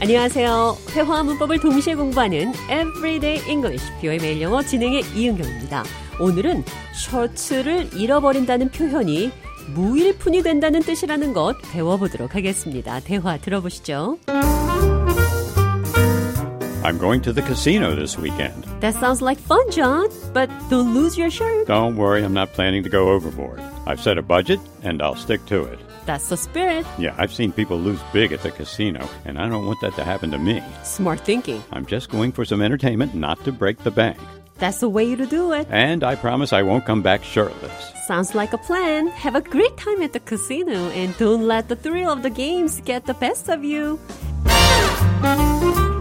안녕하세요. 회화와 문법을 동시에 공부하는 Everyday English, 뷰의 매일 영어 진행의 이은경입니다. 오늘은 셔츠를 잃어버린다는 표현이 무일푼이 된다는 뜻이라는 것 배워보도록 하겠습니다. 대화 들어보시죠. I'm going to the casino this weekend. That sounds like fun, John, but don't lose your shirt. Don't worry, I'm not planning to go overboard. I've set a budget and I'll stick to it. That's the spirit. Yeah, I've seen people lose big at the casino, and I don't want that to happen to me. Smart thinking. I'm just going for some entertainment, not to break the bank. That's the way to do it. And I promise I won't come back shirtless. Sounds like a plan. Have a great time at the casino and don't let the thrill of the games get the best of you.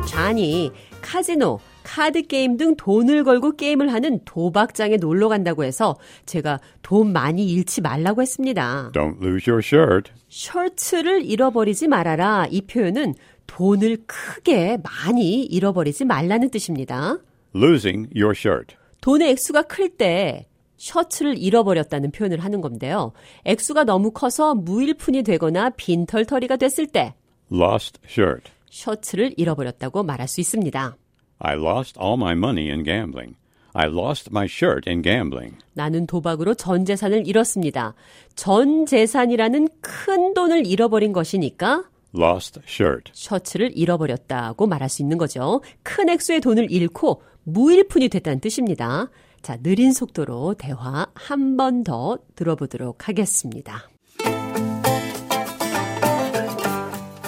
잔이 카지노, 카드 게임 등 돈을 걸고 게임을 하는 도박장에 놀러 간다고 해서 제가 돈 많이 잃지 말라고 했습니다. Don't lose your shirt. 셔츠를 잃어버리지 말아라. 이 표현은 돈을 크게 많이 잃어버리지 말라는 뜻입니다. Losing your shirt. 돈의 액수가 클 때 셔츠를 잃어버렸다는 표현을 하는 건데요. 액수가 너무 커서 무일푼이 되거나 빈털터리가 됐을 때 Lost shirt. 셔츠를 잃어버렸다고 말할 수 있습니다. I lost all my money in gambling. I lost my shirt in gambling. 나는 도박으로 전 재산을 잃었습니다. 전 재산이라는 큰 돈을 잃어버린 것이니까 Lost shirt. 셔츠를 잃어버렸다고 말할 수 있는 거죠. 큰 액수의 돈을 잃고 무일푼이 됐다는 뜻입니다. 자, 느린 속도로 대화 한 번 더 들어보도록 하겠습니다.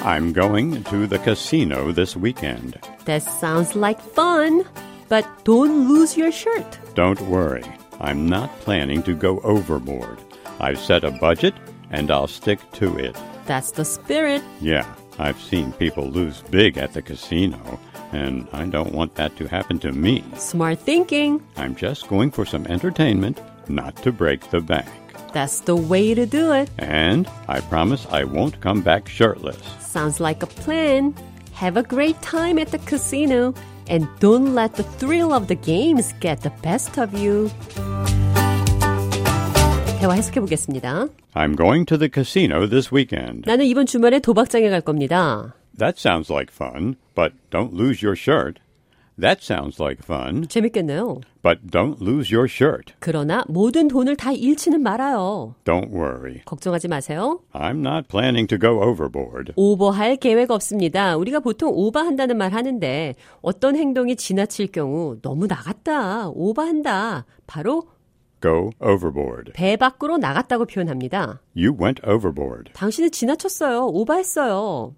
I'm going to the casino this weekend. That sounds like fun, but don't lose your shirt. Don't worry, I'm not planning to go overboard. I've set a budget and I'll stick to it. That's the spirit. Yeah, I've seen people lose big at the casino, and I don't want that to happen to me. Smart thinking. I'm just going for some entertainment, not to break the bank. That's the way to do it. And I promise I won't come back shirtless. Sounds like a plan. Have a great time at the casino and don't let the thrill of the games get the best of you. 대화 해석해 보겠습니다. I'm going to the casino this weekend. 나는 이번 주말에 도박장에 갈 겁니다. That sounds like fun, but don't lose your shirt. That sounds like fun, 재밌겠네요. but don't lose your shirt. 그러나 모든 돈을 다 잃지는 말아요. Don't worry. 걱정하지 마세요. I'm not planning to go overboard. 오버할 계획 없습니다. 우리가 보통 오버한다는 말 하는데 어떤 행동이 지나칠 경우 너무 나갔다, 오버한다. 바로 Go overboard. 배 밖으로 나갔다고 표현합니다. You went overboard. 당신은 지나쳤어요. 오버했어요.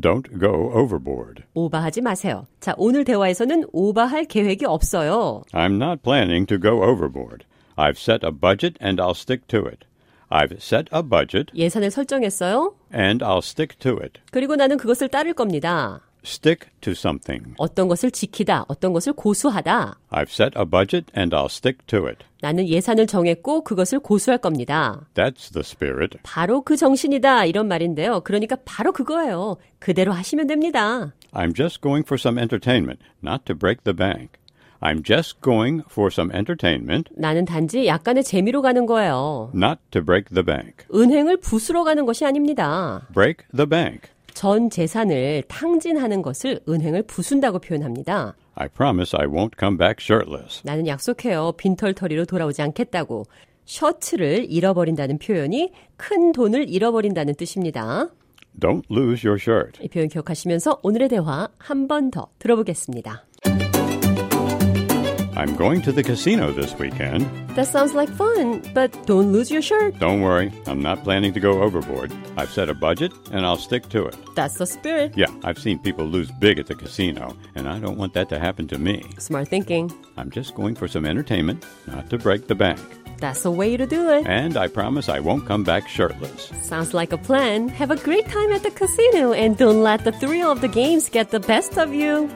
Don't go overboard. 오버하지 마세요. 자, 오늘 대화에서는 오버할 계획이 없어요. I'm not planning to go overboard. I've set a budget and I'll stick to it. I've set a budget 예산을 설정했어요. and I'll stick to it. 그리고 나는 그것을 따를 겁니다. Stick to something. 어떤 것을 지키다, 어떤 것을 고수하다. I've set a budget and I'll stick to it. 나는 예산을 정했고 그것을 고수할 겁니다. That's the spirit. 바로 그 정신이다. 이런 말인데요. 그러니까 바로 그거예요. 그대로 하시면 됩니다. I'm just going for some entertainment, not to break the bank. I'm just going for some entertainment, 나는 단지 약간의 재미로 가는 거예요. not to break the bank. 은행을 부수러 가는 것이 아닙니다. Break the bank. 전 재산을 탕진하는 것을 은행을 부순다고 표현합니다. I promise I won't come back shirtless. 나는 약속해요. 빈털터리로 돌아오지 않겠다고. 셔츠를 잃어버린다는 표현이 큰 돈을 잃어버린다는 뜻입니다. Don't lose your shirt. 이 표현 기억하시면서 오늘의 대화 한 번 더 들어보겠습니다. I'm going to the casino this weekend. That sounds like fun, but don't lose your shirt. Don't worry, I'm not planning to go overboard. I've set a budget and I'll stick to it. That's the spirit. Yeah, I've seen people lose big at the casino, and I don't want that to happen to me. Smart thinking. I'm just going for some entertainment, not to break the bank. That's the way to do it. And I promise I won't come back shirtless. Sounds like a plan. Have a great time at the casino and don't let the thrill of the games get the best of you.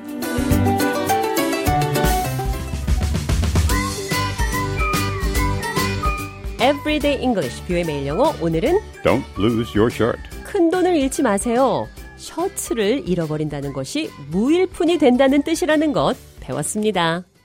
Everyday English, 뷰의 매일 영어. 오늘은 Don't lose your shirt. 큰 돈을 잃지 마세요. 셔츠를 잃어버린다는 것이 무일푼이 된다는 뜻이라는 것 배웠습니다.